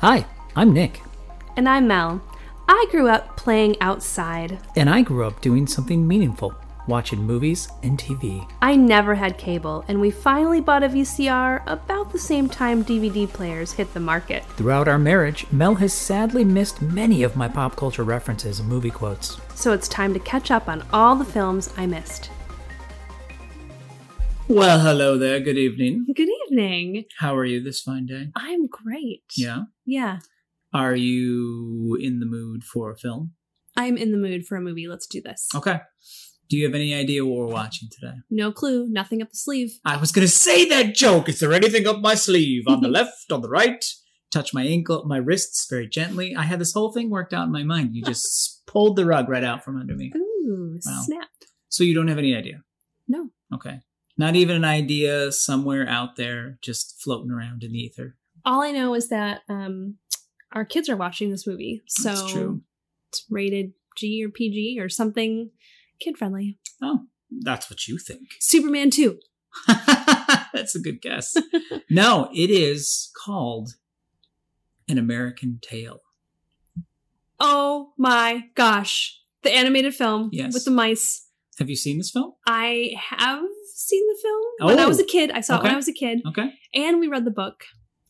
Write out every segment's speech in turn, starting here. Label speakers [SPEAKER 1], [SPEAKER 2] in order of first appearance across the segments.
[SPEAKER 1] Hi, I'm Nick,
[SPEAKER 2] And I'm Mel. I grew up playing outside.
[SPEAKER 1] and I grew up doing something meaningful, watching movies and TV.
[SPEAKER 2] I never had cable, and we finally bought a VCR about the same time DVD players hit the market.
[SPEAKER 1] Throughout our marriage, Mel has sadly missed many of my pop culture references and movie quotes.
[SPEAKER 2] So it's time to catch up on all the films I missed.
[SPEAKER 1] Well, hello there. Good evening.
[SPEAKER 2] Good evening.
[SPEAKER 1] How are you this fine day?
[SPEAKER 2] I'm great.
[SPEAKER 1] Yeah.
[SPEAKER 2] Yeah.
[SPEAKER 1] Are you in the mood for a film?
[SPEAKER 2] I'm in the mood for a movie. Let's do this.
[SPEAKER 1] Okay. Do you have any idea what we're watching today?
[SPEAKER 2] No clue, nothing up the sleeve.
[SPEAKER 1] I was going to say that joke. Is there anything up my sleeve? On the left, on the right? Touch my ankle, my wrists very gently. I had this whole thing worked out in my mind. You just pulled the rug right out from under me.
[SPEAKER 2] Ooh,
[SPEAKER 1] Wow.
[SPEAKER 2] snap.
[SPEAKER 1] So you don't have any idea?
[SPEAKER 2] No.
[SPEAKER 1] Okay. Not even an idea somewhere out there just floating around in the ether.
[SPEAKER 2] All I know is that um, our kids are watching this movie. So
[SPEAKER 1] That's true.
[SPEAKER 2] it's rated G or PG or something kid friendly.
[SPEAKER 1] Oh, that's what you think.
[SPEAKER 2] Superman 2.
[SPEAKER 1] That's a good guess. no, it is called An American Tale.
[SPEAKER 2] Oh my gosh. The animated film
[SPEAKER 1] Yes.
[SPEAKER 2] with the mice.
[SPEAKER 1] Have you seen this film?
[SPEAKER 2] I have seen the film when I
[SPEAKER 1] Oh.
[SPEAKER 2] was a kid. I saw it when
[SPEAKER 1] Okay.
[SPEAKER 2] I was a kid.
[SPEAKER 1] Okay.
[SPEAKER 2] And we read the book.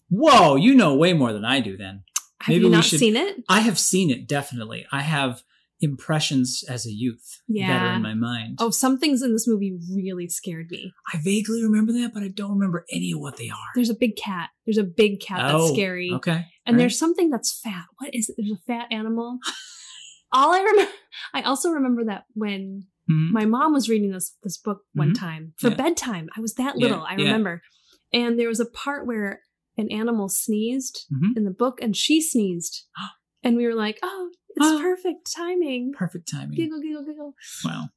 [SPEAKER 1] Whoa, you know way more than I do then.
[SPEAKER 2] Have
[SPEAKER 1] Maybe
[SPEAKER 2] you
[SPEAKER 1] we
[SPEAKER 2] not
[SPEAKER 1] should-
[SPEAKER 2] seen it?
[SPEAKER 1] I have seen it definitely. I have impressions as a youth that are
[SPEAKER 2] Yeah.
[SPEAKER 1] in my mind.
[SPEAKER 2] Oh, some things in this movie really scared me.
[SPEAKER 1] I vaguely remember that, but I don't remember any of what they are.
[SPEAKER 2] There's a big cat. There's a big cat that's
[SPEAKER 1] Oh,
[SPEAKER 2] scary.
[SPEAKER 1] Okay.
[SPEAKER 2] And
[SPEAKER 1] All right.
[SPEAKER 2] there's something that's fat. What is it? There's a fat animal. All I remember, I also remember that when
[SPEAKER 1] Mhm.
[SPEAKER 2] my mom was reading this this book one
[SPEAKER 1] Mhm.
[SPEAKER 2] time for
[SPEAKER 1] Yeah.
[SPEAKER 2] bedtime. I was that
[SPEAKER 1] Yeah,
[SPEAKER 2] little, I
[SPEAKER 1] yeah.
[SPEAKER 2] remember. And there was a part where an animal sneezed
[SPEAKER 1] Mhm.
[SPEAKER 2] in the book, and she sneezed, and we were like, "Oh, it's
[SPEAKER 1] Oh.
[SPEAKER 2] perfect timing."
[SPEAKER 1] Perfect timing.
[SPEAKER 2] Giggle, giggle, giggle.
[SPEAKER 1] Wow.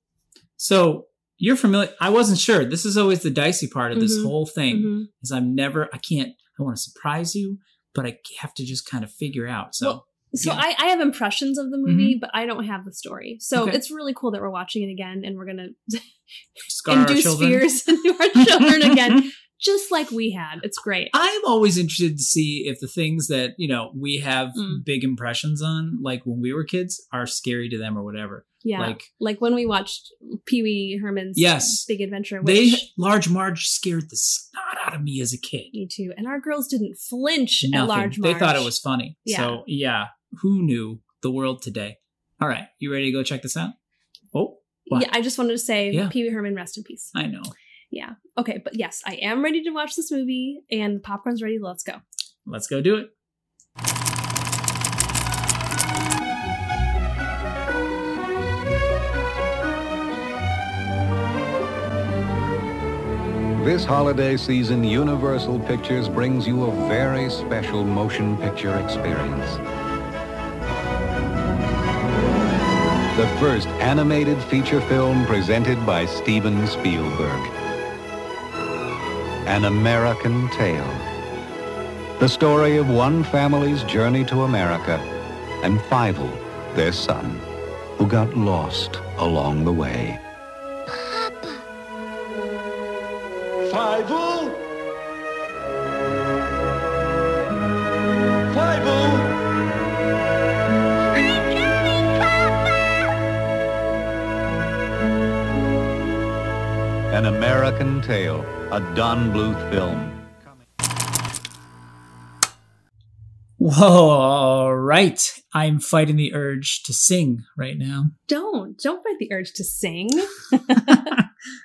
[SPEAKER 1] So you're familiar. I wasn't sure. This is always the dicey part of this
[SPEAKER 2] Mhm.
[SPEAKER 1] whole thing.
[SPEAKER 2] Mhm.
[SPEAKER 1] Is I'm never. I can't. I want to surprise you, but I have to just kind of figure out. So
[SPEAKER 2] Well, So
[SPEAKER 1] Yeah. Mm-hmm.
[SPEAKER 2] I, I have impressions of the movie, but I don't have the story. So
[SPEAKER 1] Okay.
[SPEAKER 2] it's really cool that we're watching it again, and we're gonna
[SPEAKER 1] scar our
[SPEAKER 2] induce
[SPEAKER 1] children.
[SPEAKER 2] fears into our children again, just like we had. It's great.
[SPEAKER 1] I'm always interested to see if the things that you know we have
[SPEAKER 2] Mm.
[SPEAKER 1] big impressions on, like when we were kids, are scary to them or whatever.
[SPEAKER 2] Yeah, like,
[SPEAKER 1] Like
[SPEAKER 2] when we watched Pee Wee Herman's
[SPEAKER 1] Yes.
[SPEAKER 2] Big Adventure.
[SPEAKER 1] they,
[SPEAKER 2] Which,
[SPEAKER 1] Large Marge scared the snot out of me as a kid.
[SPEAKER 2] Me too. And our girls didn't flinch
[SPEAKER 1] Nothing.
[SPEAKER 2] at large
[SPEAKER 1] they
[SPEAKER 2] march.
[SPEAKER 1] thought it was funny.
[SPEAKER 2] Yeah.
[SPEAKER 1] So yeah, who knew the world today? All right, you ready to go check this out? Oh, what?
[SPEAKER 2] Yeah, I just wanted to say
[SPEAKER 1] Yeah.
[SPEAKER 2] Pee Wee Herman, rest in peace.
[SPEAKER 1] I know.
[SPEAKER 2] Yeah. Okay, but yes, I am ready to watch this movie, and popcorn's ready. Let's go.
[SPEAKER 1] Let's go do it.
[SPEAKER 3] This holiday season, Universal Pictures brings you a very special motion picture experience. The first animated feature film presented by Steven Spielberg. An American Tale. The story of one family's journey to America and Fievel, their son, who got lost along the way.
[SPEAKER 4] Fievel? Fievel?
[SPEAKER 3] An American Tale, a Don Bluth film.
[SPEAKER 1] Whoa, all right. I'm fighting the urge to sing right now.
[SPEAKER 2] Don't don't fight the urge to sing.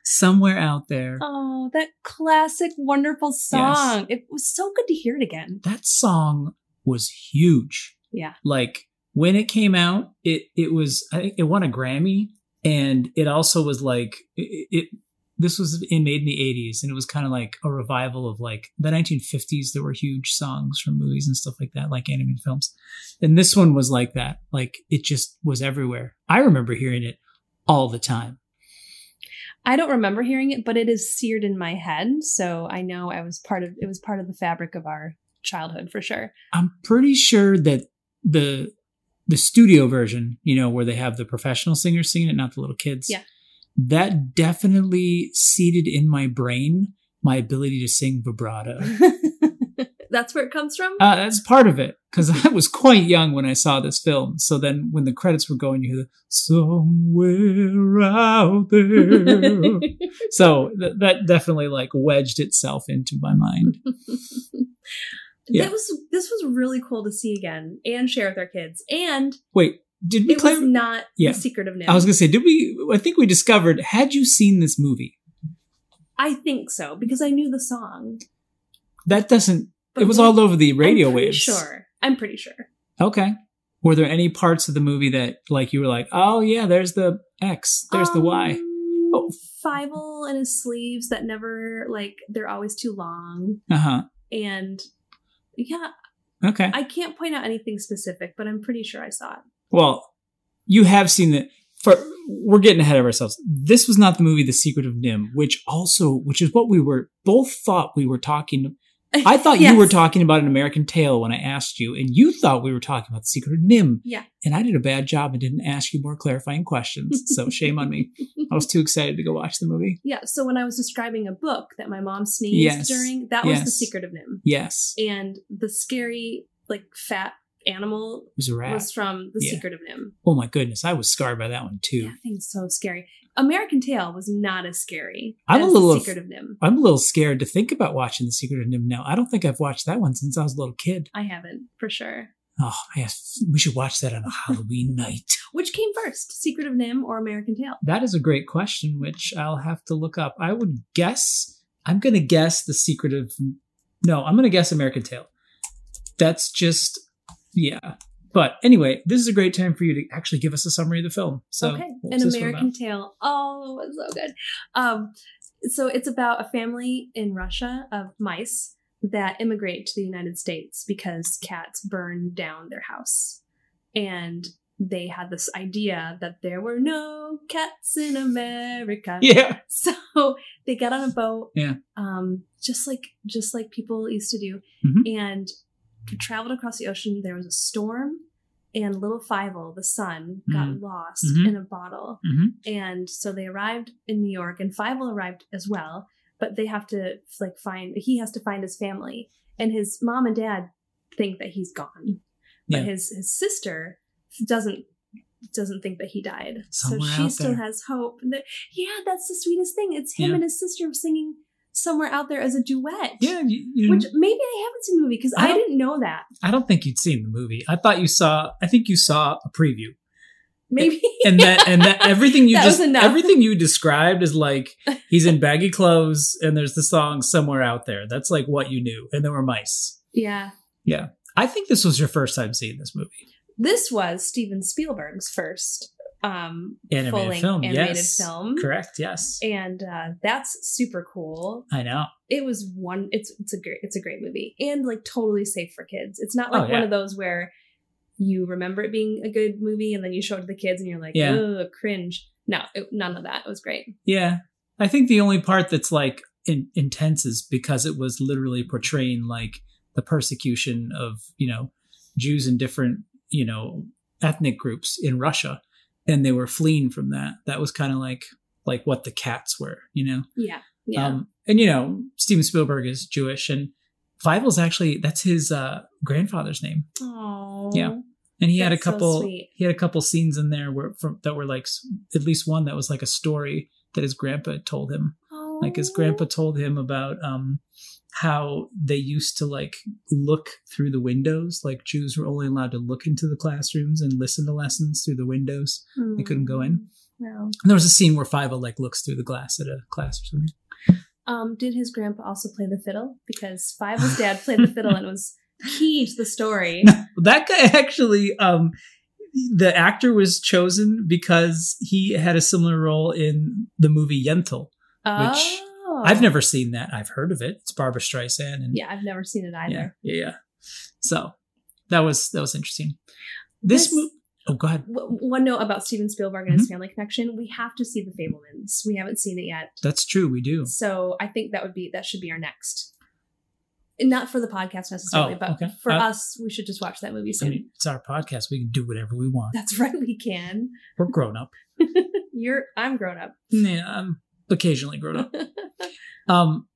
[SPEAKER 1] Somewhere out there,
[SPEAKER 2] Oh, that classic, wonderful song. It was so good to hear it again.
[SPEAKER 1] that song was huge.
[SPEAKER 2] Yeah.
[SPEAKER 1] Like when it came out, it it was I think it won a Grammy, and it also was like it. it this was it made in the 80s and it was kind of like a revival of like the 1950s there were huge songs from movies and stuff like that like animated films and this one was like that like it just was everywhere i remember hearing it all the time
[SPEAKER 2] I don't remember hearing it, but it is seared in my head, so I know I was part of it was part of the fabric of our childhood for sure.
[SPEAKER 1] I'm pretty sure that the the studio version, you know, where they have the professional singers singing it, not the little kids.
[SPEAKER 2] Yeah.
[SPEAKER 1] That definitely seeded in my brain my ability to sing vibrato.
[SPEAKER 2] That's where it comes from.
[SPEAKER 1] Uh, that's part of it because I was quite young when I saw this film. So then, when the credits were going, you hear the, "Somewhere out there." so th- that definitely like wedged itself into my mind. Yeah.
[SPEAKER 2] That was this was really cool to see again and share with our kids. And
[SPEAKER 1] Wait, did we
[SPEAKER 2] it
[SPEAKER 1] play?
[SPEAKER 2] was not
[SPEAKER 1] yeah.
[SPEAKER 2] the secret of now.
[SPEAKER 1] I was gonna say, did we? I think we discovered. Had you seen this movie?
[SPEAKER 2] I think so because I knew the song.
[SPEAKER 1] That doesn't.
[SPEAKER 2] But
[SPEAKER 1] it was
[SPEAKER 2] we-
[SPEAKER 1] all over the radio
[SPEAKER 2] Uh-huh. I'm pretty
[SPEAKER 1] waves.
[SPEAKER 2] Sure, I'm pretty sure.
[SPEAKER 1] Okay. Were there any parts of the movie that like you were like, oh yeah, there's the X, there's the Y.
[SPEAKER 2] Um,
[SPEAKER 1] Oh.
[SPEAKER 2] Fievel and his sleeves that never like they're always too long
[SPEAKER 1] Uh huh.
[SPEAKER 2] and. Yeah,
[SPEAKER 1] Okay.
[SPEAKER 2] I can't point out anything specific, but I'm pretty sure I saw it.
[SPEAKER 1] Well, you have seen the for we're getting ahead of ourselves. This was not the movie The Secret of Nim, which also which is what we were both thought we were talking I thought
[SPEAKER 2] Yes.
[SPEAKER 1] you were talking about an American tale when I asked you, and you thought we were talking about The Secret of Nim.
[SPEAKER 2] Yeah.
[SPEAKER 1] And I did a bad job and didn't ask you more clarifying questions. So shame on me. I was too excited to go watch the movie.
[SPEAKER 2] Yeah, so when I was describing a book that my mom sneezed
[SPEAKER 1] Yes.
[SPEAKER 2] during, that was The
[SPEAKER 1] Yes.
[SPEAKER 2] Secret of Nim.
[SPEAKER 1] Yes. It
[SPEAKER 2] And the scary, like, fat animal
[SPEAKER 1] was a rat.
[SPEAKER 2] was from The
[SPEAKER 1] Yeah.
[SPEAKER 2] Secret of Nim.
[SPEAKER 1] oh my goodness, I was scarred by that one too.
[SPEAKER 2] That thing's so scary. American Tail was not as scary
[SPEAKER 1] I'm a
[SPEAKER 2] as
[SPEAKER 1] little
[SPEAKER 2] The Secret of Nim.
[SPEAKER 1] I'm a little scared to think about watching The Secret of Nim now. I don't think I've watched that one since I was a little kid.
[SPEAKER 2] I haven't, for sure.
[SPEAKER 1] Oh, yes, we should watch that on a Halloween night.
[SPEAKER 2] Which came first, Secret of Nim or American Tail?
[SPEAKER 1] That is a great question, which I'll have to look up. I would guess. I'm going to guess The Secret of. No, I'm going to guess American Tale. That's just, yeah. But anyway, this is a great time for you to actually give us a summary of the film. So,
[SPEAKER 2] okay,
[SPEAKER 1] what was
[SPEAKER 2] an
[SPEAKER 1] this one
[SPEAKER 2] American
[SPEAKER 1] about?
[SPEAKER 2] Tale. Oh, it's so good. Um, so it's about a family in Russia of mice that immigrate to the United States because cats burned down their house, and they had this idea that there were no cats in America.
[SPEAKER 1] Yeah.
[SPEAKER 2] So they got on a boat.
[SPEAKER 1] Yeah.
[SPEAKER 2] Um, just like just like people used to do,
[SPEAKER 1] Mhm.
[SPEAKER 2] and traveled across the ocean. There was a storm, and little Fievel, the son, got lost
[SPEAKER 1] Mhm.
[SPEAKER 2] in a bottle.
[SPEAKER 1] Mhm.
[SPEAKER 2] And so they arrived in New York, and Fievel arrived as well. But they have to like find. He has to find his family, and his mom and dad think that he's gone, but
[SPEAKER 1] Yeah.
[SPEAKER 2] his his sister doesn't doesn't think that he died.
[SPEAKER 1] Somewhere
[SPEAKER 2] so she
[SPEAKER 1] out
[SPEAKER 2] still
[SPEAKER 1] there.
[SPEAKER 2] has hope. And that- yeah, that's the sweetest thing. It's him
[SPEAKER 1] Yeah.
[SPEAKER 2] and his sister singing somewhere out there as a duet.
[SPEAKER 1] Yeah. You, you
[SPEAKER 2] Which maybe I haven't seen the movie because
[SPEAKER 1] I
[SPEAKER 2] I,
[SPEAKER 1] don't-
[SPEAKER 2] didn't know that.
[SPEAKER 1] I don't think you'd seen the movie. I thought you saw, I think you saw a preview.
[SPEAKER 2] Maybe
[SPEAKER 1] and that and that everything you
[SPEAKER 2] That was
[SPEAKER 1] just
[SPEAKER 2] enough.
[SPEAKER 1] everything you described is like he's in baggy clothes and there's the song somewhere out there that's like what you knew and there were mice
[SPEAKER 2] yeah.
[SPEAKER 1] i think this was your first time seeing this movie
[SPEAKER 2] This was Steven Spielberg's first um
[SPEAKER 1] animated
[SPEAKER 2] full-length
[SPEAKER 1] film
[SPEAKER 2] animated
[SPEAKER 1] yes
[SPEAKER 2] film.
[SPEAKER 1] correct yes
[SPEAKER 2] And uh, that's super cool.
[SPEAKER 1] i know
[SPEAKER 2] It was one. It's it's a great it's a great movie and like totally safe for kids. It's not like
[SPEAKER 1] Oh, yeah.
[SPEAKER 2] one of those where you remember it being a good movie and then you show it to the kids and you're like,
[SPEAKER 1] Yeah.
[SPEAKER 2] ugh, cringe. No, it, none of that. It was great.
[SPEAKER 1] yeah i think the only part that's like in, intense is because it was literally portraying like the persecution of you know jews and different you know ethnic groups in russia and they were fleeing from that that was kind of like like what the cats were you know
[SPEAKER 2] Yeah, yeah.
[SPEAKER 1] Um, and you know, Steven Spielberg is Jewish, and Fievel's actually that's his uh, grandfather's name,
[SPEAKER 2] Oh,
[SPEAKER 1] yeah. and he had a
[SPEAKER 2] That's so
[SPEAKER 1] couple
[SPEAKER 2] sweet.
[SPEAKER 1] he had a couple scenes in there where from, that were like s- at least one that was like a story that his grandpa had told him, like his grandpa
[SPEAKER 2] Oh.
[SPEAKER 1] told him about um, how they used to like look through the windows, like Jews were only allowed to look into the classrooms and listen to lessons through the windows.
[SPEAKER 2] they
[SPEAKER 1] couldn't go in.
[SPEAKER 2] No.
[SPEAKER 1] And there was a scene where Fievel like looks through the glass at a class or something.
[SPEAKER 2] Um, did his grandpa also play the fiddle? Because Fievel's dad played the fiddle and was key to the story.
[SPEAKER 1] that guy actually um the actor was chosen because he had a similar role in the movie Yentl.
[SPEAKER 2] oh.
[SPEAKER 1] I've never seen that. I've heard of it. It's Barbara Streisand and
[SPEAKER 2] Yeah, I've never seen it either.
[SPEAKER 1] yeah, yeah, yeah. So that was that was interesting. This, Mm-hmm.
[SPEAKER 2] This-
[SPEAKER 1] movie. Oh, go ahead.
[SPEAKER 2] W- one note about Steven Spielberg and his family connection: we have to see the Fablemans. We haven't seen it yet,
[SPEAKER 1] That's true. We do.
[SPEAKER 2] so I think that would be that should be our next. Not for the podcast necessarily,
[SPEAKER 1] Oh,
[SPEAKER 2] but
[SPEAKER 1] okay.
[SPEAKER 2] for
[SPEAKER 1] Uh,
[SPEAKER 2] us, we should just watch that movie
[SPEAKER 1] I
[SPEAKER 2] soon.
[SPEAKER 1] mean, it's our podcast. We can do whatever we want.
[SPEAKER 2] That's right, we can.
[SPEAKER 1] We're grown up.
[SPEAKER 2] You're, I'm grown up.
[SPEAKER 1] Yeah, I'm occasionally grown up. um,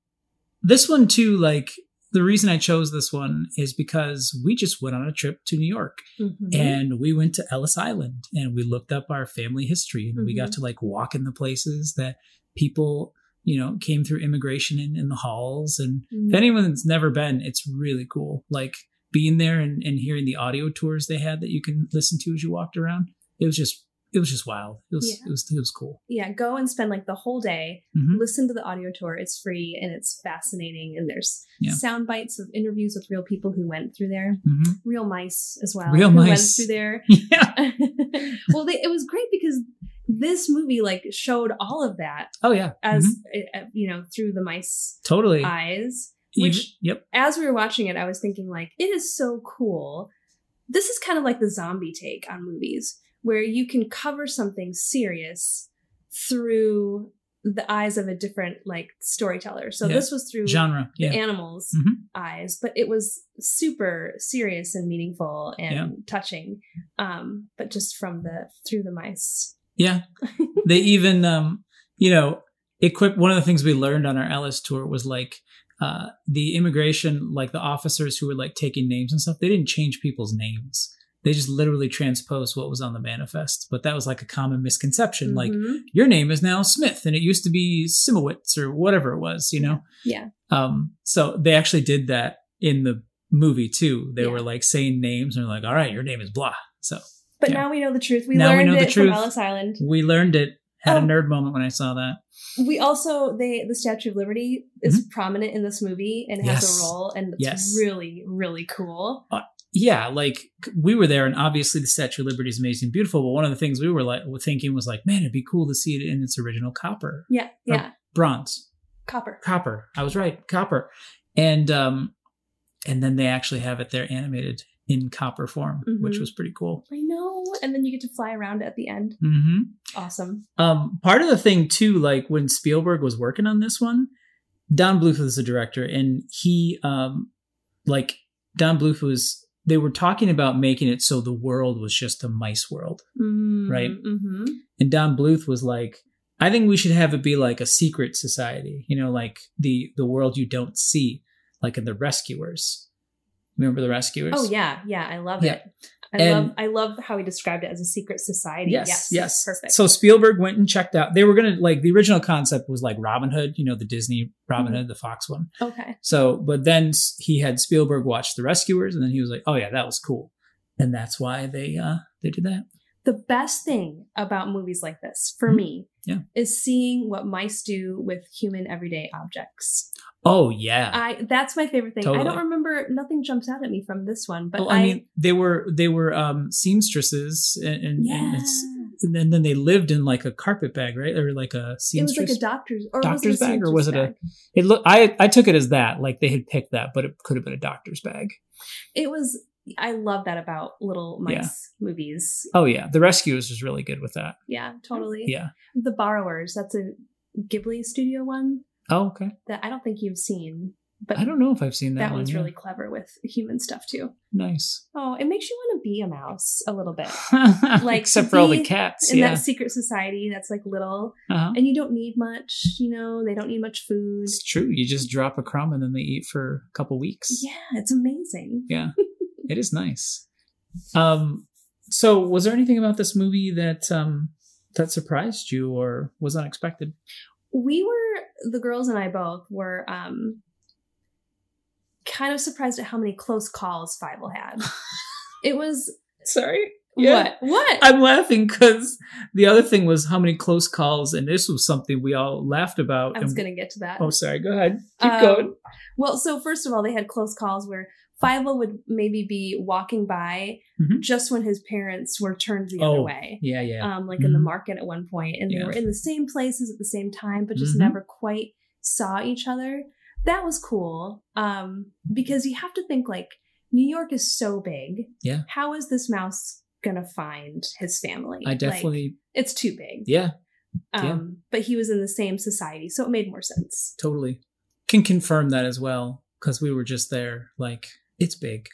[SPEAKER 1] this one too, like the reason I chose this one is because we just went on a trip to New York
[SPEAKER 2] Mhm.
[SPEAKER 1] and we went to Ellis Island and we looked up our family history and we got
[SPEAKER 2] Mhm.
[SPEAKER 1] to like walk in the places that people, you know, came through immigration in, in the halls. And
[SPEAKER 2] Mm. Mm-hmm.
[SPEAKER 1] if anyone's never been, it's really cool. Like being there and, and hearing the audio tours they had that you can listen to as you walked around. It was just, it was just wild. It was,
[SPEAKER 2] Yeah.
[SPEAKER 1] it was, it was cool.
[SPEAKER 2] yeah, go and spend like the whole day.
[SPEAKER 1] Mhm.
[SPEAKER 2] Listen to the audio tour. It's free and it's fascinating. And there's
[SPEAKER 1] Yeah.
[SPEAKER 2] sound bites of interviews with real people who went through there.
[SPEAKER 1] Mhm.
[SPEAKER 2] Real mice as well.
[SPEAKER 1] Real
[SPEAKER 2] who
[SPEAKER 1] mice.
[SPEAKER 2] went through there.
[SPEAKER 1] Yeah.
[SPEAKER 2] well, they, it was great because this movie like showed all of that
[SPEAKER 1] Oh yeah.
[SPEAKER 2] as
[SPEAKER 1] Mhm.
[SPEAKER 2] uh, you know through the mice
[SPEAKER 1] totally.
[SPEAKER 2] eyes.
[SPEAKER 1] Even-
[SPEAKER 2] which-
[SPEAKER 1] yep.
[SPEAKER 2] As we were watching it, I was thinking like it is so cool. This is kind of like the zombie take on movies where you can cover something serious through the eyes of a different like storyteller. So
[SPEAKER 1] Yeah.
[SPEAKER 2] this was through
[SPEAKER 1] Genre.
[SPEAKER 2] the
[SPEAKER 1] Yeah.
[SPEAKER 2] animals'
[SPEAKER 1] Mhm.
[SPEAKER 2] eyes, but it was super serious and meaningful and
[SPEAKER 1] Yeah.
[SPEAKER 2] touching. Um, but just from the through the mice.
[SPEAKER 1] Yeah. they even um you know equip one of the things we learned on our Ellis tour was like uh the immigration like the officers who were like taking names and stuff they didn't change people's names they just literally transposed what was on the manifest but that was like a common misconception like
[SPEAKER 2] Mhm.
[SPEAKER 1] your name is now Smith and it used to be Simowitz or whatever it was you know
[SPEAKER 2] Yeah.
[SPEAKER 1] um so they actually did that in the movie too they
[SPEAKER 2] Yeah.
[SPEAKER 1] were like saying names and like all right your name is blah so
[SPEAKER 2] but
[SPEAKER 1] yeah.
[SPEAKER 2] now we know the truth. We
[SPEAKER 1] Now we
[SPEAKER 2] learned
[SPEAKER 1] know the
[SPEAKER 2] it
[SPEAKER 1] truth.
[SPEAKER 2] from Ellis Island.
[SPEAKER 1] we learned it had a
[SPEAKER 2] Um,
[SPEAKER 1] nerd moment when I saw that
[SPEAKER 2] We also they the Statue of Liberty is prominent in this movie and has
[SPEAKER 1] Mm-hmm. Yes.
[SPEAKER 2] a role and it's
[SPEAKER 1] Yes.
[SPEAKER 2] really really cool.
[SPEAKER 1] yeah, like c- we were there, and obviously the Statue of Liberty is amazing, and beautiful. But one of the things we were like were thinking was like, man, it'd be cool to see it in its original copper,
[SPEAKER 2] Yeah,
[SPEAKER 1] Or
[SPEAKER 2] yeah.
[SPEAKER 1] bronze,
[SPEAKER 2] Copper.
[SPEAKER 1] copper. I was right, copper, and um, and then they actually have it there animated in copper form, which
[SPEAKER 2] Mhm.
[SPEAKER 1] was pretty cool.
[SPEAKER 2] I know. And then you get to fly around at the end.
[SPEAKER 1] hmm
[SPEAKER 2] Awesome.
[SPEAKER 1] Um, part of the thing too, like when Spielberg was working on this one, Don Bluth was the director, and he, um, like Don Bluth was, they were talking about making it so the world was just a mice world, Right.
[SPEAKER 2] Mm-hmm.
[SPEAKER 1] and Don Bluth was like, I think we should have it be like a secret society, you know, like the the world you don't see, like in the Rescuers. Remember the Rescuers?
[SPEAKER 2] Oh yeah, yeah. I love
[SPEAKER 1] Yeah.
[SPEAKER 2] it. I
[SPEAKER 1] And-
[SPEAKER 2] love I love how he described it as a secret society.
[SPEAKER 1] Yes,
[SPEAKER 2] Yes.
[SPEAKER 1] yes,
[SPEAKER 2] Perfect.
[SPEAKER 1] So Spielberg went and checked out. They were gonna like the original concept was like Robin Hood, you know, the Disney Robin
[SPEAKER 2] Mhm.
[SPEAKER 1] Hood, the Fox one.
[SPEAKER 2] okay.
[SPEAKER 1] So, but then s- he had Spielberg watch The Rescuers, and then he was like, "Oh yeah, that was cool," and that's why they uh they did that.
[SPEAKER 2] The best thing about movies like this for
[SPEAKER 1] Mhm.
[SPEAKER 2] me
[SPEAKER 1] Yeah.
[SPEAKER 2] is seeing what mice do with human everyday objects.
[SPEAKER 1] Oh yeah.
[SPEAKER 2] I that's my favorite thing. I don't
[SPEAKER 1] Totally.
[SPEAKER 2] remember nothing jumps out at me from this one, but
[SPEAKER 1] well,
[SPEAKER 2] I,
[SPEAKER 1] Oh, I, mean, they were they were um seamstresses, and and, and, it's, and then, then they lived in like a carpet bag, right, or like a
[SPEAKER 2] it was
[SPEAKER 1] seamstress.
[SPEAKER 2] like a doctor's or
[SPEAKER 1] doctor's
[SPEAKER 2] was it a
[SPEAKER 1] bag, or
[SPEAKER 2] seamstress
[SPEAKER 1] was it a-
[SPEAKER 2] bag?
[SPEAKER 1] it looked. I I took it as that, like they had picked that, but it could have been a doctor's bag.
[SPEAKER 2] It was. I love that about little
[SPEAKER 1] Yeah.
[SPEAKER 2] mice movies.
[SPEAKER 1] Oh yeah, The Rescuers was really good with that.
[SPEAKER 2] Yeah, totally.
[SPEAKER 1] Yeah.
[SPEAKER 2] The Borrowers. That's a Ghibli studio one
[SPEAKER 1] Oh okay.
[SPEAKER 2] that I don't think you've seen, but
[SPEAKER 1] I don't know if I've seen that,
[SPEAKER 2] that,
[SPEAKER 1] one.
[SPEAKER 2] one's
[SPEAKER 1] yeah.
[SPEAKER 2] really clever with human stuff too.
[SPEAKER 1] nice.
[SPEAKER 2] Oh, it makes you want to be a mouse a little bit.
[SPEAKER 1] like except for all the
[SPEAKER 2] Sophie
[SPEAKER 1] cats,
[SPEAKER 2] In
[SPEAKER 1] yeah.
[SPEAKER 2] that secret society that's like little
[SPEAKER 1] Uh-huh.
[SPEAKER 2] and you don't need much, you know, they don't need much food.
[SPEAKER 1] It's true. You just drop a crumb and then they eat for a couple weeks.
[SPEAKER 2] Yeah, it's amazing.
[SPEAKER 1] It is nice. Um, so was there anything about this movie that um that surprised you or was unexpected?
[SPEAKER 2] we were the girls and I both were um kind of surprised at how many close calls Fievel had. it was
[SPEAKER 1] Sorry.
[SPEAKER 2] what what
[SPEAKER 1] I'm laughing because the other thing was how many close calls, and this was something we all laughed about.
[SPEAKER 2] I was
[SPEAKER 1] and-
[SPEAKER 2] going to get to that.
[SPEAKER 1] Oh, sorry. Go ahead. Keep
[SPEAKER 2] Um,
[SPEAKER 1] going.
[SPEAKER 2] Well, so first of all, they had close calls where Fievel would maybe be walking by
[SPEAKER 1] Mhm.
[SPEAKER 2] just when his parents were turned the other
[SPEAKER 1] Oh,
[SPEAKER 2] way.
[SPEAKER 1] Yeah, yeah.
[SPEAKER 2] Um, like in the
[SPEAKER 1] Mhm.
[SPEAKER 2] market at one point, and they
[SPEAKER 1] Yeah.
[SPEAKER 2] were in the same places at the same time, but just
[SPEAKER 1] Mhm.
[SPEAKER 2] never quite saw each other. That was cool um,
[SPEAKER 1] Mm-hmm.
[SPEAKER 2] because you have to think like New York is so big.
[SPEAKER 1] Yeah.
[SPEAKER 2] How is this mouse gonna find his family?
[SPEAKER 1] I
[SPEAKER 2] Like,
[SPEAKER 1] definitely.
[SPEAKER 2] it's too big.
[SPEAKER 1] yeah,
[SPEAKER 2] Um,
[SPEAKER 1] yeah.
[SPEAKER 2] But he was in the same society, so it made more sense.
[SPEAKER 1] totally. Can confirm that as well because we were just there. Like it's big.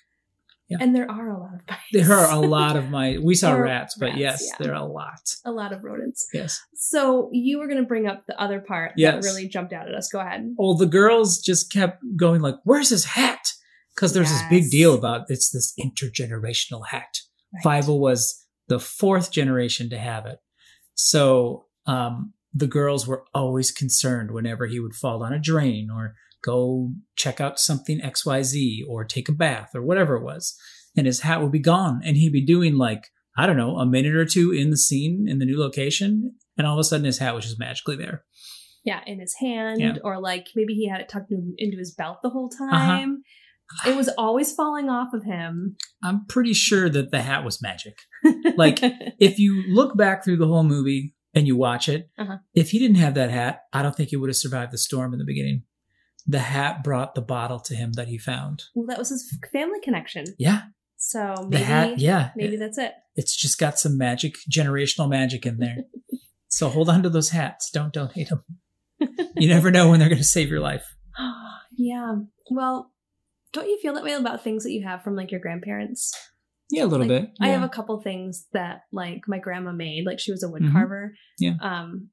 [SPEAKER 1] Yeah.
[SPEAKER 2] And there are a lot of mice.
[SPEAKER 1] There are a lot of mice. We saw
[SPEAKER 2] There are
[SPEAKER 1] rats, but
[SPEAKER 2] rats,
[SPEAKER 1] yes,
[SPEAKER 2] yeah.
[SPEAKER 1] there are a lot.
[SPEAKER 2] a lot of rodents.
[SPEAKER 1] Yes.
[SPEAKER 2] So you were going to bring up the other part
[SPEAKER 1] Yes.
[SPEAKER 2] that really jumped out at us. Go ahead.
[SPEAKER 1] Well, the girls just kept going like, "Where's his hat?" Because there's this big
[SPEAKER 2] Yes.
[SPEAKER 1] deal about it's this intergenerational hat.
[SPEAKER 2] Right.
[SPEAKER 1] Fievel was the fourth generation to have it, so um, the girls were always concerned whenever he would fall down a drain or go check out something X Y Z or take a bath or whatever it was, and his hat would be gone, and he'd be doing like I don't know a minute or two in the scene in the new location, and all of a sudden his hat was just magically there.
[SPEAKER 2] Yeah, in his hand,
[SPEAKER 1] Yeah. Uh-huh.
[SPEAKER 2] or like maybe he had it tucked in, into his belt the whole time. It was always falling off of him.
[SPEAKER 1] I'm pretty sure that the hat was magic. Like, if you look back through the whole movie and you watch it,
[SPEAKER 2] Uh-huh.
[SPEAKER 1] if he didn't have that hat, I don't think he would have survived the storm in the beginning. The hat brought the bottle to him that he found.
[SPEAKER 2] well, that was his family connection.
[SPEAKER 1] Yeah,
[SPEAKER 2] So
[SPEAKER 1] the
[SPEAKER 2] maybe,
[SPEAKER 1] hat. Yeah,
[SPEAKER 2] maybe
[SPEAKER 1] It-
[SPEAKER 2] that's it.
[SPEAKER 1] it's just got some magic, generational magic in there. so hold on to those hats. Don't donate them. You never know when they're going to save your life.
[SPEAKER 2] yeah. Well, don't you feel that way about things that you have from like your grandparents?
[SPEAKER 1] Yeah, a little
[SPEAKER 2] Like,
[SPEAKER 1] bit.
[SPEAKER 2] I
[SPEAKER 1] Yeah.
[SPEAKER 2] have a couple things that like my grandma made. Like she was a wood
[SPEAKER 1] Mhm.
[SPEAKER 2] carver.
[SPEAKER 1] Yeah.
[SPEAKER 2] Um,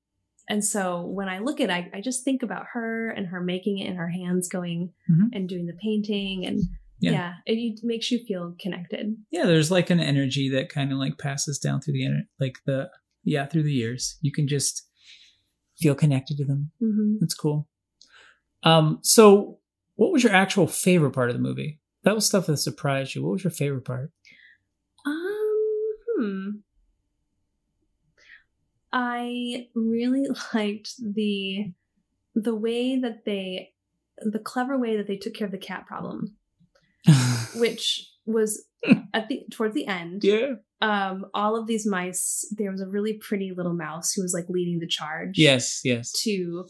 [SPEAKER 2] and so when I look at, I, I just think about her and her making it and her hands going
[SPEAKER 1] Mhm.
[SPEAKER 2] and doing the painting and
[SPEAKER 1] Yeah.
[SPEAKER 2] yeah, it, it makes you feel connected.
[SPEAKER 1] yeah there's like an energy that kind of like passes down through the ener- like the yeah through the years you can just feel connected to them
[SPEAKER 2] hmm
[SPEAKER 1] that's cool um so what was your actual favorite part of the movie that was stuff that surprised you what was your favorite part
[SPEAKER 2] Um, hmm. I really liked the the way that they the clever way that they took care of the cat problem, which was at the towards the end.
[SPEAKER 1] yeah
[SPEAKER 2] Um, all of these mice, there was a really pretty little mouse who was like leading the charge
[SPEAKER 1] yes yes
[SPEAKER 2] to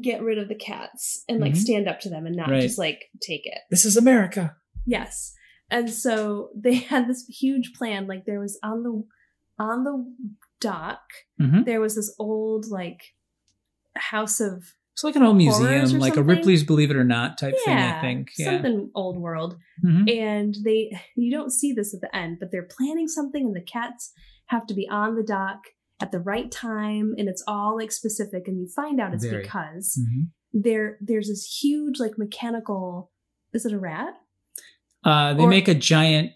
[SPEAKER 2] get rid of the cats and like
[SPEAKER 1] Mhm.
[SPEAKER 2] stand up to them and not
[SPEAKER 1] Right.
[SPEAKER 2] just like take it.
[SPEAKER 1] this is america
[SPEAKER 2] Yes. And so they had this huge plan. Like there was on the on the dock,
[SPEAKER 1] Mhm.
[SPEAKER 2] there was this old like house of
[SPEAKER 1] it's like an old
[SPEAKER 2] Horrors or
[SPEAKER 1] museum like a
[SPEAKER 2] something?
[SPEAKER 1] ripley's believe it or not type thing i think yeah
[SPEAKER 2] something old world.
[SPEAKER 1] Mhm.
[SPEAKER 2] And they you don't see this at the end, but they're planning something and the cats have to be on the dock at the right time and it's all like specific and you find out it's
[SPEAKER 1] Very.
[SPEAKER 2] because
[SPEAKER 1] Mhm.
[SPEAKER 2] there there's this huge like mechanical is it a rat?
[SPEAKER 1] uh they
[SPEAKER 2] Or-
[SPEAKER 1] make a giant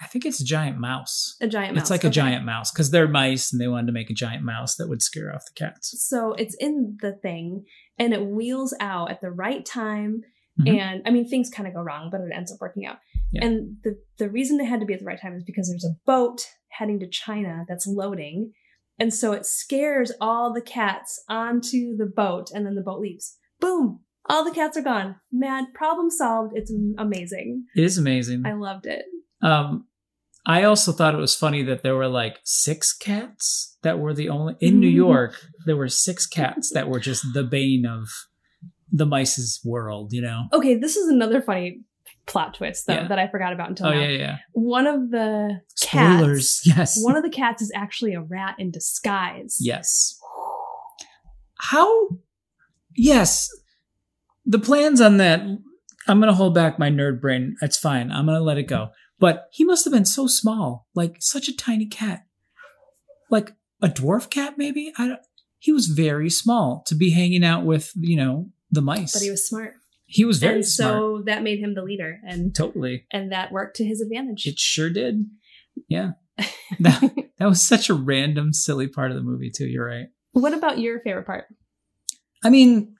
[SPEAKER 1] i think it's a giant mouse
[SPEAKER 2] A giant mouse.
[SPEAKER 1] It's like a
[SPEAKER 2] Okay.
[SPEAKER 1] giant mouse because they're mice and they wanted to make a giant mouse that would scare off the cats.
[SPEAKER 2] So it's in the thing and it wheels out at the right time.
[SPEAKER 1] Mhm.
[SPEAKER 2] And I mean, things kind of go wrong, but it ends up working out.
[SPEAKER 1] Yeah.
[SPEAKER 2] And the, the reason it had to be at the right time is because there's a boat heading to China that's loading. And so it scares all the cats onto the boat and then the boat leaves. Boom! All the cats are gone. Mad problem solved. It's amazing.
[SPEAKER 1] It is amazing.
[SPEAKER 2] I loved it.
[SPEAKER 1] um, I also thought it was funny that there were like six cats that were the only in New
[SPEAKER 2] Mhm.
[SPEAKER 1] York. There were six cats that were just the bane of the mice's world. You know?
[SPEAKER 2] Okay, this is another funny plot twist though
[SPEAKER 1] Yeah.
[SPEAKER 2] that I forgot about until
[SPEAKER 1] Oh
[SPEAKER 2] now.
[SPEAKER 1] yeah, yeah.
[SPEAKER 2] One of the cats-
[SPEAKER 1] Spoilers. Yes.
[SPEAKER 2] One of the cats is actually a rat in disguise.
[SPEAKER 1] yes. How? Yes. The plans on that. I'm gonna hold back my nerd brain. It's fine. I'm gonna let it go. But he must have been so small, like such a tiny cat, like a dwarf cat, maybe. I don't. He was very small to be hanging out with, you know, the mice.
[SPEAKER 2] But he was smart.
[SPEAKER 1] He was very
[SPEAKER 2] and
[SPEAKER 1] smart.
[SPEAKER 2] so that made him the leader and
[SPEAKER 1] Totally,
[SPEAKER 2] and that worked to his advantage.
[SPEAKER 1] it sure did. Yeah, that that was such a random, silly part of the movie too. You're right.
[SPEAKER 2] what about your favorite part?
[SPEAKER 1] I mean,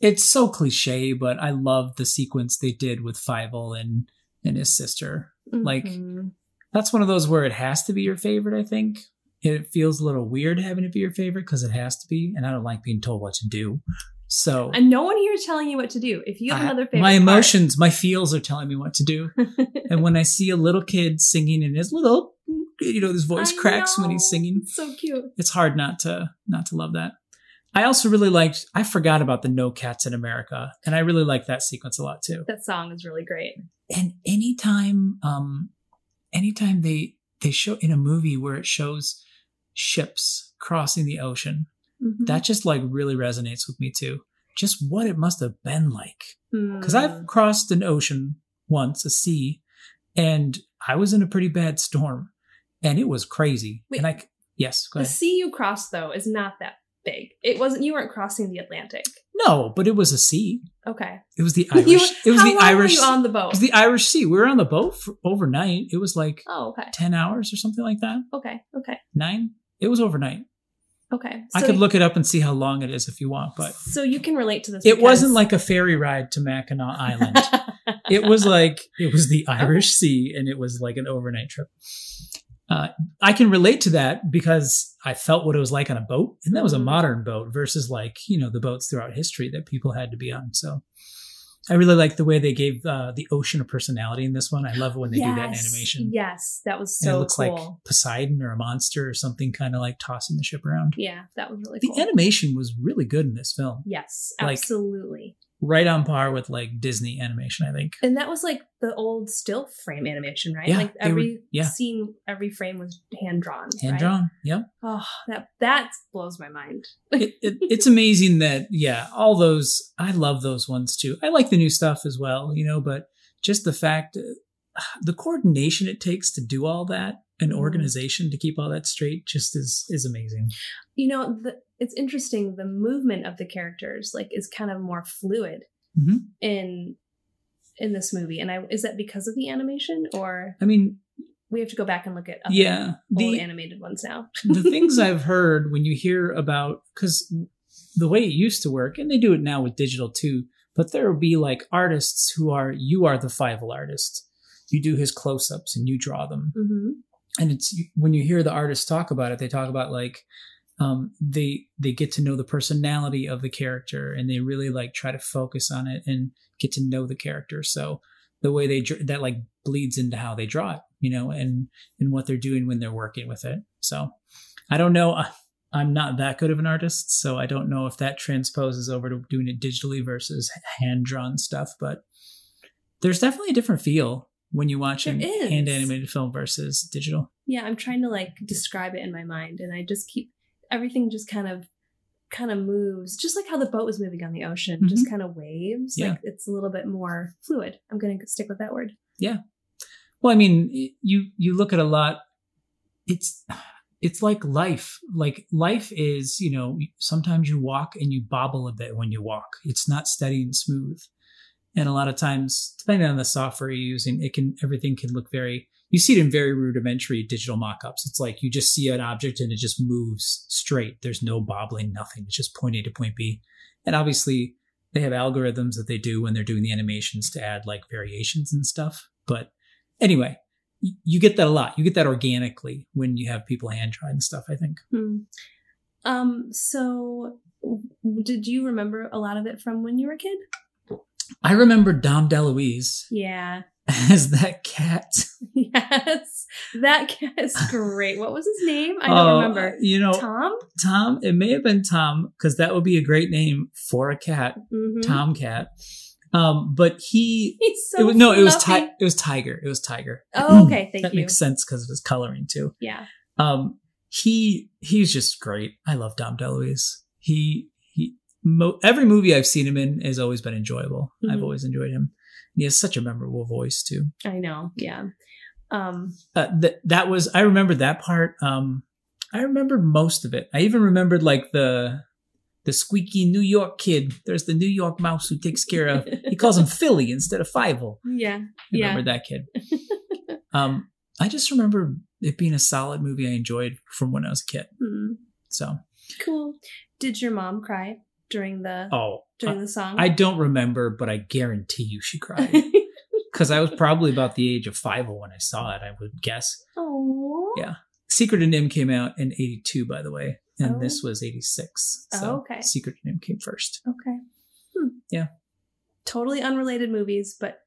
[SPEAKER 1] it's so cliche, but I love the sequence they did with Fievel and and his sister. Like-
[SPEAKER 2] Mhm.
[SPEAKER 1] That's one of those where it has to be your favorite. I think it feels a little weird having it be your favorite because it has to be, and I don't like being told what to do. So
[SPEAKER 2] and no one here is telling you what to do. If you have
[SPEAKER 1] I-
[SPEAKER 2] another favorite
[SPEAKER 1] my
[SPEAKER 2] part-
[SPEAKER 1] emotions, my feels are telling me what to do. and when I see a little kid singing in his little, you know, his voice
[SPEAKER 2] I
[SPEAKER 1] cracks when
[SPEAKER 2] know.
[SPEAKER 1] he's singing.
[SPEAKER 2] It's so cute.
[SPEAKER 1] it's hard not to not to love that. I also really liked I forgot about the no cats in America, and I really like that sequence a lot too.
[SPEAKER 2] That song is really great.
[SPEAKER 1] And anytime um anytime they they show in a movie where it shows ships crossing the ocean,
[SPEAKER 2] Mhm.
[SPEAKER 1] that just like really resonates with me too. Just what it must have been like. Because
[SPEAKER 2] Mm.
[SPEAKER 1] I've crossed an ocean once, a sea, and I was in a pretty bad storm, and it was crazy.
[SPEAKER 2] Wait.
[SPEAKER 1] and I c- yes, go
[SPEAKER 2] The
[SPEAKER 1] ahead.
[SPEAKER 2] sea you crossed though is not that big. It wasn't. You weren't crossing the Atlantic.
[SPEAKER 1] no, but it was a sea.
[SPEAKER 2] Okay.
[SPEAKER 1] It was the
[SPEAKER 2] You-
[SPEAKER 1] Irish. it was
[SPEAKER 2] how
[SPEAKER 1] the
[SPEAKER 2] long
[SPEAKER 1] Irish.
[SPEAKER 2] Were you on the
[SPEAKER 1] it
[SPEAKER 2] boat.
[SPEAKER 1] was the Irish Sea. We were on the boat for overnight. It was like
[SPEAKER 2] oh, okay.
[SPEAKER 1] ten hours or something like that.
[SPEAKER 2] Okay. Okay.
[SPEAKER 1] Nine. It was overnight.
[SPEAKER 2] Okay.
[SPEAKER 1] I could look it up and see how long it is if you want, but
[SPEAKER 2] So you can relate to this.
[SPEAKER 1] it wasn't
[SPEAKER 2] because-
[SPEAKER 1] like a ferry ride to Mackinac Island. it was like it was
[SPEAKER 2] Oh.
[SPEAKER 1] the Irish Sea, and it was like an overnight trip. Uh, I can relate to that because I felt what it was like on a boat, and that was a
[SPEAKER 2] Mhm.
[SPEAKER 1] modern boat versus like you know the boats throughout history that people had to be on. So I really like the way they gave uh, the ocean a personality in this one. I love it when they do that in
[SPEAKER 2] Yes,
[SPEAKER 1] animation.
[SPEAKER 2] Yes, that was
[SPEAKER 1] and
[SPEAKER 2] so
[SPEAKER 1] it looks
[SPEAKER 2] cool.
[SPEAKER 1] like Poseidon or a monster or something kind of like tossing the ship around.
[SPEAKER 2] yeah, that was really
[SPEAKER 1] The
[SPEAKER 2] cool.
[SPEAKER 1] animation was really good in this film,
[SPEAKER 2] yes,
[SPEAKER 1] like-
[SPEAKER 2] absolutely.
[SPEAKER 1] right on par with like Disney animation, I think.
[SPEAKER 2] and that was like the old still frame animation, right?
[SPEAKER 1] Yeah,
[SPEAKER 2] like
[SPEAKER 1] they were-
[SPEAKER 2] every
[SPEAKER 1] yeah.
[SPEAKER 2] scene, every frame was hand drawn.
[SPEAKER 1] Hand drawn, yeah.
[SPEAKER 2] Oh, that that blows my mind.
[SPEAKER 1] it, it, it's amazing that yeah all those i love those ones too i like the new stuff as well you know but just the fact uh, the coordination it takes to do all that and
[SPEAKER 2] Mhm.
[SPEAKER 1] organization to keep all that straight just is is amazing
[SPEAKER 2] You know, the, it's interesting. The movement of the characters like is kind of more fluid
[SPEAKER 1] Mhm.
[SPEAKER 2] in in this movie. And I is that because of the animation, or
[SPEAKER 1] i mean
[SPEAKER 2] we have to go back and look at other
[SPEAKER 1] yeah
[SPEAKER 2] old
[SPEAKER 1] the
[SPEAKER 2] animated ones now?
[SPEAKER 1] the things i've heard when you hear about because the way it used to work and they do it now with digital too but there will be like artists who are you are the fivel artist you do his close-ups and you draw them
[SPEAKER 2] Mm-hmm.
[SPEAKER 1] and it's when you hear the artists talk about it they talk about like um, they they get to know the personality of the character and they really like try to focus on it and get to know the character so the way they dr- that like bleeds into how they draw it you know and and what they're doing when they're working with it so i don't know I- i'm not that good of an artist so i don't know if that transposes over to doing it digitally versus hand drawn stuff but there's definitely a different feel when you watch
[SPEAKER 2] There
[SPEAKER 1] an
[SPEAKER 2] is.
[SPEAKER 1] hand animated film versus digital
[SPEAKER 2] yeah i'm trying to like describe it in my mind and i just keep everything just kind of kind of moves just like how the boat was moving on the ocean just kind of waves
[SPEAKER 1] Mm-hmm. Yeah.
[SPEAKER 2] like it's a little bit more fluid i'm gonna stick with that word
[SPEAKER 1] Well, I mean, y- you you look at a lot. It's it's like life. Like life is, you know, sometimes you walk and you bobble a bit when you walk. It's not steady and smooth. And a lot of times, depending on the software you're using, it can everything can look very. You see it in very rudimentary digital mock-ups. It's like you just see an object and it just moves straight. There's no bobbling, nothing. It's just point A to point B. And obviously, they have algorithms that they do when they're doing the animations to add like variations and stuff. But anyway, y- you get that a lot. You get that organically when you have people hand drawing stuff. I think
[SPEAKER 2] hmm. um so w- did you remember a lot of it from when you were a kid
[SPEAKER 1] I remember Dom DeLuise
[SPEAKER 2] yeah
[SPEAKER 1] as that cat.
[SPEAKER 2] yes that cat is great what was his name i don't
[SPEAKER 1] Oh,
[SPEAKER 2] remember
[SPEAKER 1] You know, Tom.
[SPEAKER 2] tom
[SPEAKER 1] It may have been Tom because that would be a great name for a cat,
[SPEAKER 2] Mhm.
[SPEAKER 1] Tomcat. Um, but he.
[SPEAKER 2] he's so
[SPEAKER 1] it was, no, it was
[SPEAKER 2] fluffy.
[SPEAKER 1] ti- It was Tiger. It was Tiger.
[SPEAKER 2] oh okay thank
[SPEAKER 1] that
[SPEAKER 2] you
[SPEAKER 1] makes sense because of his coloring too.
[SPEAKER 2] yeah
[SPEAKER 1] um he he's just great i love dom deluise he he mo- every movie i've seen him in has always been enjoyable i've
[SPEAKER 2] Mhm.
[SPEAKER 1] always enjoyed him he has such a memorable voice too
[SPEAKER 2] i know yeah um
[SPEAKER 1] uh, that that was i remember that part um i remembered most of it i even remembered like the the squeaky new york kid there's the new york mouse who takes care of he calls him philly instead of fivel
[SPEAKER 2] yeah
[SPEAKER 1] I
[SPEAKER 2] Yeah.
[SPEAKER 1] remember that kid um i just remember it being a solid movie i enjoyed from when i was a kid
[SPEAKER 2] Hmm.
[SPEAKER 1] so
[SPEAKER 2] Cool. Did your mom cry during the
[SPEAKER 1] oh
[SPEAKER 2] during the song?
[SPEAKER 1] I don't remember, but I guarantee you she cried because I was probably about the age of five when I saw it. I would guess.
[SPEAKER 2] oh.
[SPEAKER 1] Yeah, Secret and Nim came out in '82, by the way, and
[SPEAKER 2] Oh.
[SPEAKER 1] this was '86.
[SPEAKER 2] Oh,
[SPEAKER 1] So
[SPEAKER 2] okay.
[SPEAKER 1] Secret and Nim came first.
[SPEAKER 2] Okay. Hmm.
[SPEAKER 1] Yeah.
[SPEAKER 2] Totally unrelated movies, but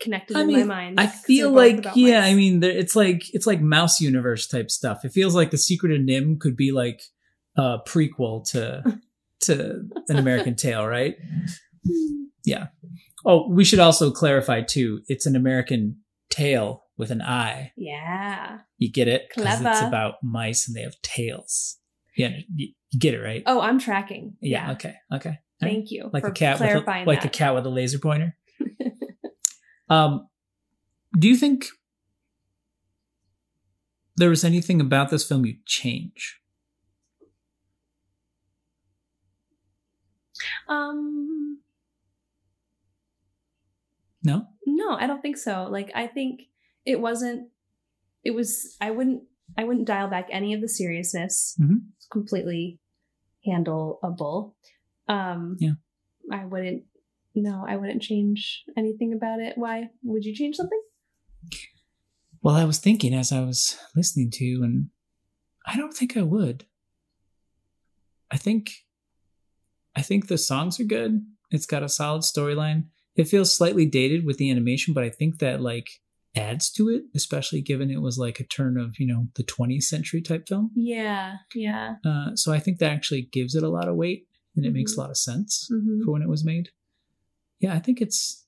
[SPEAKER 2] connected
[SPEAKER 1] I
[SPEAKER 2] in my
[SPEAKER 1] mean,
[SPEAKER 2] mind.
[SPEAKER 1] I
[SPEAKER 2] 'cause
[SPEAKER 1] feel
[SPEAKER 2] they're both
[SPEAKER 1] like
[SPEAKER 2] about
[SPEAKER 1] yeah,
[SPEAKER 2] mice.
[SPEAKER 1] I mean, there, it's like it's like Mouse Universe type stuff. It feels like the Secret and Nim could be like a prequel to to An American Tale, right?
[SPEAKER 2] Hmm.
[SPEAKER 1] Oh, we should also clarify too. It's an American Tale with an I.
[SPEAKER 2] yeah.
[SPEAKER 1] You get it? 'Cause It's
[SPEAKER 2] Clever.
[SPEAKER 1] about mice and they have tails. Yeah, you, you get it right.
[SPEAKER 2] Oh, I'm tracking.
[SPEAKER 1] yeah, Okay. Okay.
[SPEAKER 2] Thank you
[SPEAKER 1] Like
[SPEAKER 2] for
[SPEAKER 1] a cat with a,
[SPEAKER 2] clarifying
[SPEAKER 1] like a
[SPEAKER 2] that.
[SPEAKER 1] cat with a laser pointer. um, Do you think there was anything about this film you'd change?
[SPEAKER 2] Um,
[SPEAKER 1] No?
[SPEAKER 2] no, I don't think so. Like, I think it wasn't. It was. I wouldn't. I wouldn't dial back any of the seriousness.
[SPEAKER 1] Mhm.
[SPEAKER 2] It's completely handleable. Um,
[SPEAKER 1] Yeah.
[SPEAKER 2] I wouldn't. No, I wouldn't change anything about it. Why would you change something?
[SPEAKER 1] Well, I was thinking as I was listening to you, and I don't think I would. I think, I think the songs are good. It's got a solid storyline. It feels slightly dated with the animation, but I think that like adds to it, especially given it was like a turn of you know the 20th century type film.
[SPEAKER 2] Yeah. Yeah.
[SPEAKER 1] Uh, so I think that actually gives it a lot of weight, and it makes a lot of sense
[SPEAKER 2] hmm
[SPEAKER 1] for when it was made. Yeah, I think it's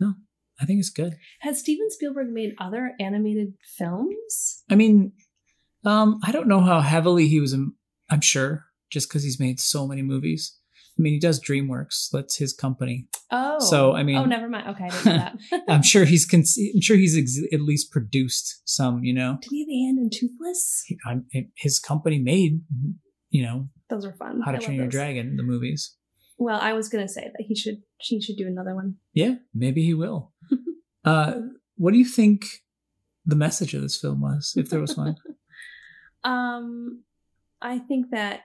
[SPEAKER 1] no, I think it's good.
[SPEAKER 2] Has Steven Spielberg made other animated films?
[SPEAKER 1] I mean, um, I don't know how heavily he was. im- I'm sure just because he's made so many movies. I mean, he does DreamWorks. That's his company.
[SPEAKER 2] Oh,
[SPEAKER 1] So, I mean-
[SPEAKER 2] oh, never mind. Okay, I didn't know that.
[SPEAKER 1] I'm sure he's. Con- I'm sure he's ex- at least produced some. You know,
[SPEAKER 2] Did he have a hand in Toothless?
[SPEAKER 1] He- I'm, eh, his company made. You know,
[SPEAKER 2] Those were fun.
[SPEAKER 1] How
[SPEAKER 2] I
[SPEAKER 1] to
[SPEAKER 2] love
[SPEAKER 1] Train Your
[SPEAKER 2] those.
[SPEAKER 1] Dragon, the movies.
[SPEAKER 2] Well, I was gonna say that he should she should do another one.
[SPEAKER 1] Yeah, maybe he will. uh, what do you think the message of this film was, if there was one?
[SPEAKER 2] Um, I think that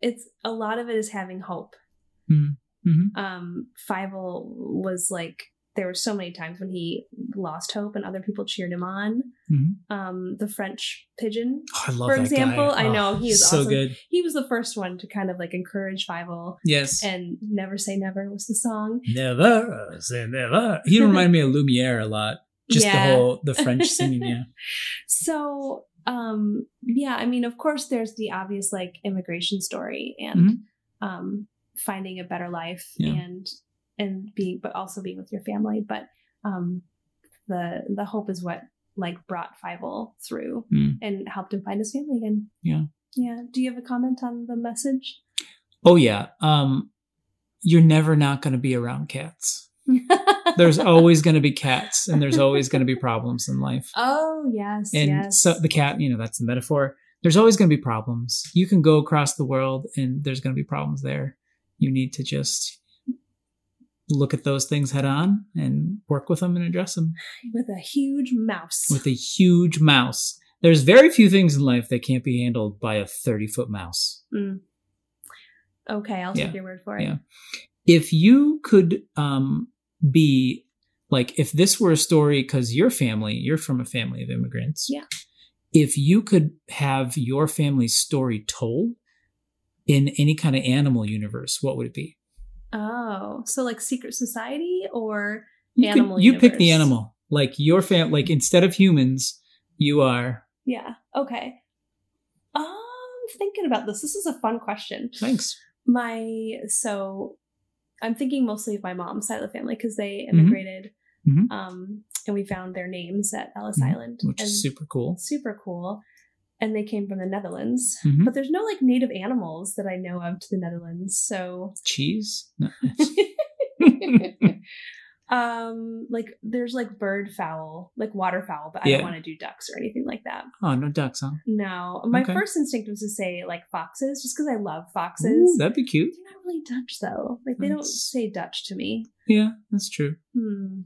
[SPEAKER 2] it's a lot of it is having hope.
[SPEAKER 1] Mm. Mhm.
[SPEAKER 2] Um, Fievel was like there were so many times when he lost hope and other people cheered him on.
[SPEAKER 1] Mhm.
[SPEAKER 2] Um, the French pigeon,
[SPEAKER 1] Oh, I love that
[SPEAKER 2] for
[SPEAKER 1] guy.
[SPEAKER 2] example, I
[SPEAKER 1] Oh,
[SPEAKER 2] know he is
[SPEAKER 1] so
[SPEAKER 2] awesome.
[SPEAKER 1] good.
[SPEAKER 2] He was the first one to kind of like encourage Fievel,
[SPEAKER 1] Yes.
[SPEAKER 2] and "Never Say Never" was the song.
[SPEAKER 1] Never say never. He reminded me of Lumiere a lot. Just
[SPEAKER 2] Yeah.
[SPEAKER 1] the whole the French singing, yeah.
[SPEAKER 2] So, um, yeah, I mean, of course, there's the obvious like immigration story and um, finding a better life
[SPEAKER 1] Mm-hmm. Yeah.
[SPEAKER 2] and and being, but also being with your family. But um, the the hope is what like brought Fievel through
[SPEAKER 1] Mm.
[SPEAKER 2] and helped him find his family again.
[SPEAKER 1] Yeah.
[SPEAKER 2] yeah. Do you have a comment on the message?
[SPEAKER 1] Oh yeah. Um you're never not gonna be around cats. There's always gonna be cats and there's always gonna be problems in life.
[SPEAKER 2] oh yes,
[SPEAKER 1] And
[SPEAKER 2] yes.
[SPEAKER 1] so the cat, you know, that's the metaphor. There's always gonna be problems. You can go across the world and there's gonna be problems there. You need to just look at those things head on and work with them and address them.
[SPEAKER 2] with a huge mouse.
[SPEAKER 1] with a huge mouse. There's very few things in life that can't be handled by a 30 foot mouse.
[SPEAKER 2] Mm. Okay, I'll
[SPEAKER 1] Yeah.
[SPEAKER 2] take your word for it.
[SPEAKER 1] Yeah. If you could um, be like, if this were a story, because your family, you're from a family of immigrants.
[SPEAKER 2] Yeah.
[SPEAKER 1] If you could have your family's story told in any kind of animal universe, what would it be?
[SPEAKER 2] Oh, so like secret society or
[SPEAKER 1] You could-
[SPEAKER 2] Animal
[SPEAKER 1] you pick the
[SPEAKER 2] universe.
[SPEAKER 1] animal. Like your fam, like instead of humans, you are.
[SPEAKER 2] yeah, okay. Um, thinking about this. This is a fun question.
[SPEAKER 1] Thanks.
[SPEAKER 2] My so I'm thinking mostly of my mom's side of the family because they
[SPEAKER 1] Mm-hmm.
[SPEAKER 2] immigrated,
[SPEAKER 1] Mhm.
[SPEAKER 2] um, and we found their names at Ellis
[SPEAKER 1] Mhm.
[SPEAKER 2] Island,
[SPEAKER 1] Which
[SPEAKER 2] and
[SPEAKER 1] is super cool.
[SPEAKER 2] super cool. And they came from the Netherlands,
[SPEAKER 1] Mhm.
[SPEAKER 2] but there's no like native animals that I know of to the Netherlands. So
[SPEAKER 1] Cheese? No.
[SPEAKER 2] um like there's like bird fowl like waterfowl but i
[SPEAKER 1] Yeah.
[SPEAKER 2] don't want to do ducks or anything like that
[SPEAKER 1] oh, no ducks, huh?
[SPEAKER 2] no my
[SPEAKER 1] Okay.
[SPEAKER 2] first instinct was to say like foxes just because i love foxes
[SPEAKER 1] Ooh, that'd be cute.
[SPEAKER 2] they're not really dutch though like they don't
[SPEAKER 1] That's-
[SPEAKER 2] say dutch to me
[SPEAKER 1] Yeah, that's true.
[SPEAKER 2] hmm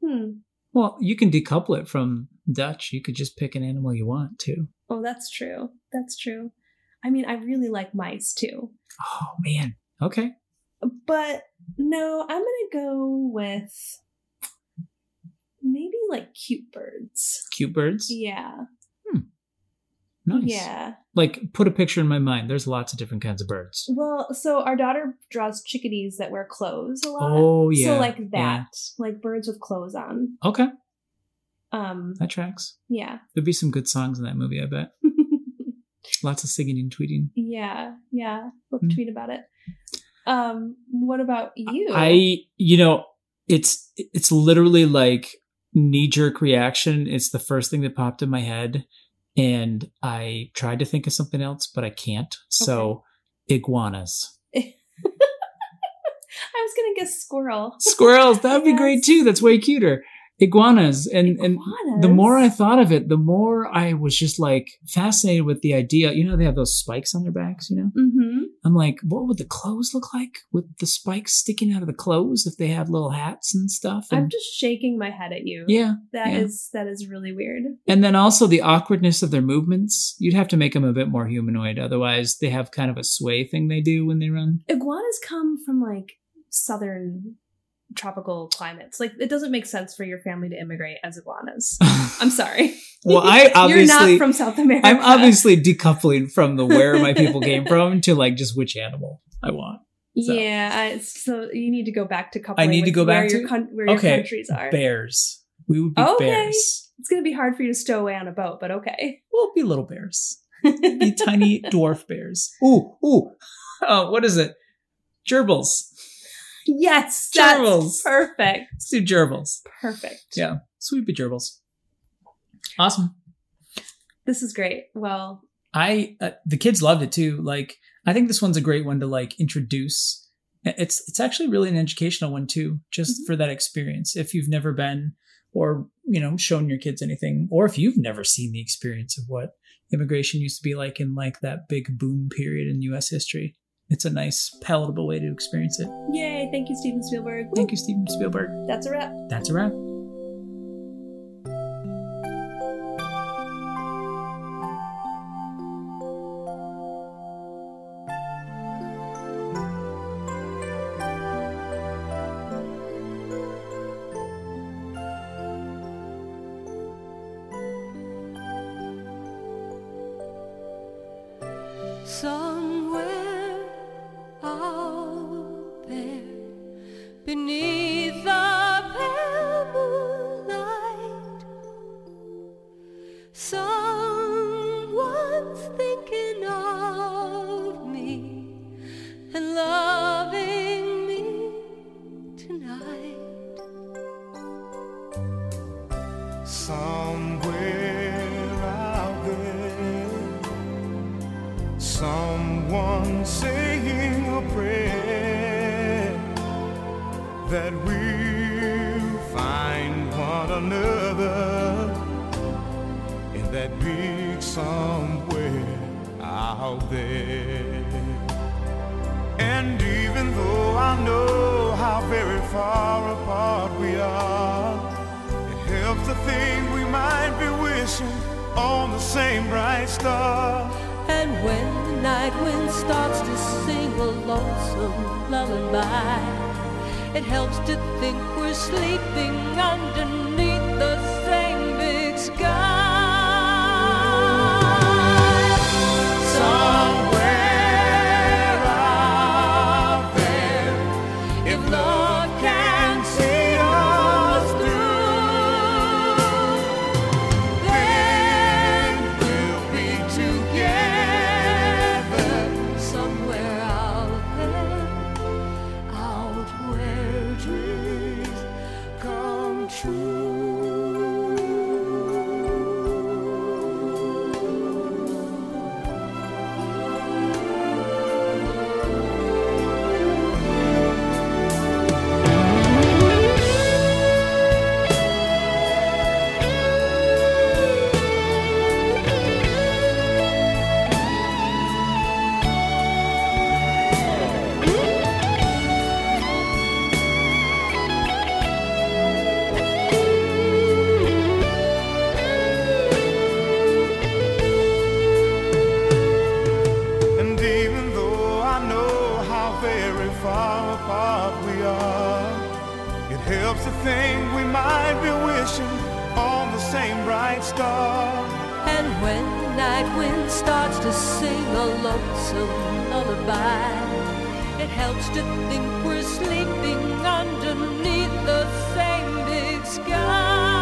[SPEAKER 2] hmm
[SPEAKER 1] Well, you can decouple it from Dutch. You could just pick an animal you want to.
[SPEAKER 2] oh that's true that's true i mean i really like mice too
[SPEAKER 1] Oh man. Okay.
[SPEAKER 2] but no i'm gonna go with maybe like cute birds
[SPEAKER 1] Cute birds.
[SPEAKER 2] yeah
[SPEAKER 1] Nice.
[SPEAKER 2] yeah
[SPEAKER 1] Like put a picture in my mind. There's lots of different kinds of birds.
[SPEAKER 2] Well, so our daughter draws chickadees that wear clothes a lot.
[SPEAKER 1] Oh yeah.
[SPEAKER 2] So like that,
[SPEAKER 1] yeah.
[SPEAKER 2] like birds with clothes on.
[SPEAKER 1] Okay.
[SPEAKER 2] Um,
[SPEAKER 1] That tracks.
[SPEAKER 2] yeah,
[SPEAKER 1] There'd be some good songs in that movie, I bet. Lots of singing and tweeting.
[SPEAKER 2] yeah, yeah. We'll
[SPEAKER 1] Mm.
[SPEAKER 2] tweet about it. Um, what about you?
[SPEAKER 1] I you know, it's it's literally like knee jerk reaction. It's the first thing that popped in my head. And I tried to think of something else, but I can't. So iguanas.
[SPEAKER 2] I was gonna guess squirrel.
[SPEAKER 1] Squirrels, that'd be great
[SPEAKER 2] Yes.
[SPEAKER 1] too. That's way cuter. iguanas and and
[SPEAKER 2] Iguanas?
[SPEAKER 1] the more I thought of it, the more I was just like fascinated with the idea. You know, they have those spikes on their backs. You know,
[SPEAKER 2] Mm-hmm.
[SPEAKER 1] I'm like, what would the clothes look like with the spikes sticking out of the clothes if they have little hats and stuff?
[SPEAKER 2] I'm
[SPEAKER 1] And
[SPEAKER 2] just shaking my head at you.
[SPEAKER 1] yeah,
[SPEAKER 2] That
[SPEAKER 1] yeah.
[SPEAKER 2] is- that is really weird.
[SPEAKER 1] and then also the awkwardness of their movements. You'd have to make them a bit more humanoid, otherwise they have kind of a sway thing they do when they run.
[SPEAKER 2] Iguanas come from like southern tropical climates. Like it doesn't make sense for your family to immigrate as iguanas. I'm sorry.
[SPEAKER 1] well, I obviously
[SPEAKER 2] You're not from South America.
[SPEAKER 1] I'm obviously decoupling from the where my people came from to like just which animal I want. so.
[SPEAKER 2] Yeah, I, so you need to go back to coupling.
[SPEAKER 1] I need to
[SPEAKER 2] with
[SPEAKER 1] go
[SPEAKER 2] where
[SPEAKER 1] back
[SPEAKER 2] your
[SPEAKER 1] to-
[SPEAKER 2] con- where your
[SPEAKER 1] Okay,
[SPEAKER 2] countries are.
[SPEAKER 1] Bears. We would be
[SPEAKER 2] Okay.
[SPEAKER 1] bears.
[SPEAKER 2] It's gonna be hard for you to stow away on a boat, but okay.
[SPEAKER 1] We'll be little bears. Be tiny dwarf bears. Ooh, ooh. Oh, what is it? Gerbils.
[SPEAKER 2] yes, that's
[SPEAKER 1] Gerbils.
[SPEAKER 2] perfect.
[SPEAKER 1] Let's do gerbils.
[SPEAKER 2] Perfect.
[SPEAKER 1] Yeah. Sweet be gerbils. Awesome.
[SPEAKER 2] This is great. Well,
[SPEAKER 1] I uh, the kids loved it too. Like I think this one's a great one to like introduce. It's it's actually really an educational one too, just for that experience. If you've never been or you know shown your kids anything, or if you've never seen the experience of what immigration used to be like in like that big boom period in U.S. history, it's a nice palatable way to experience it.
[SPEAKER 2] yay! Thank you, Steven Spielberg.
[SPEAKER 1] Thank you, Steven Spielberg.
[SPEAKER 2] That's a wrap.
[SPEAKER 1] That's a wrap.
[SPEAKER 5] Somewhere out there, beneath the pale moonlight, someone's thinking of me and loving me tonight.
[SPEAKER 3] Somewhere out there, someone saying a prayer that we'll find one another in that big somewhere out there. And even though I know how very far apart we are. It helps to think we might be wishing on the same bright star.
[SPEAKER 5] And when the night wind starts to sing a lonesome lullaby, it helps to think we're sleeping underneath the same big sky. Somewhere out there, if love can see us through. Then we'll be together somewhere out there, out where dreams come true.
[SPEAKER 3] And even though I know how very far apart we are, it helps to think we might be wishing on the same bright star.
[SPEAKER 5] And when the night wind starts to sing a lonesome lullaby, it helps to think we're sleeping underneath the same big sky.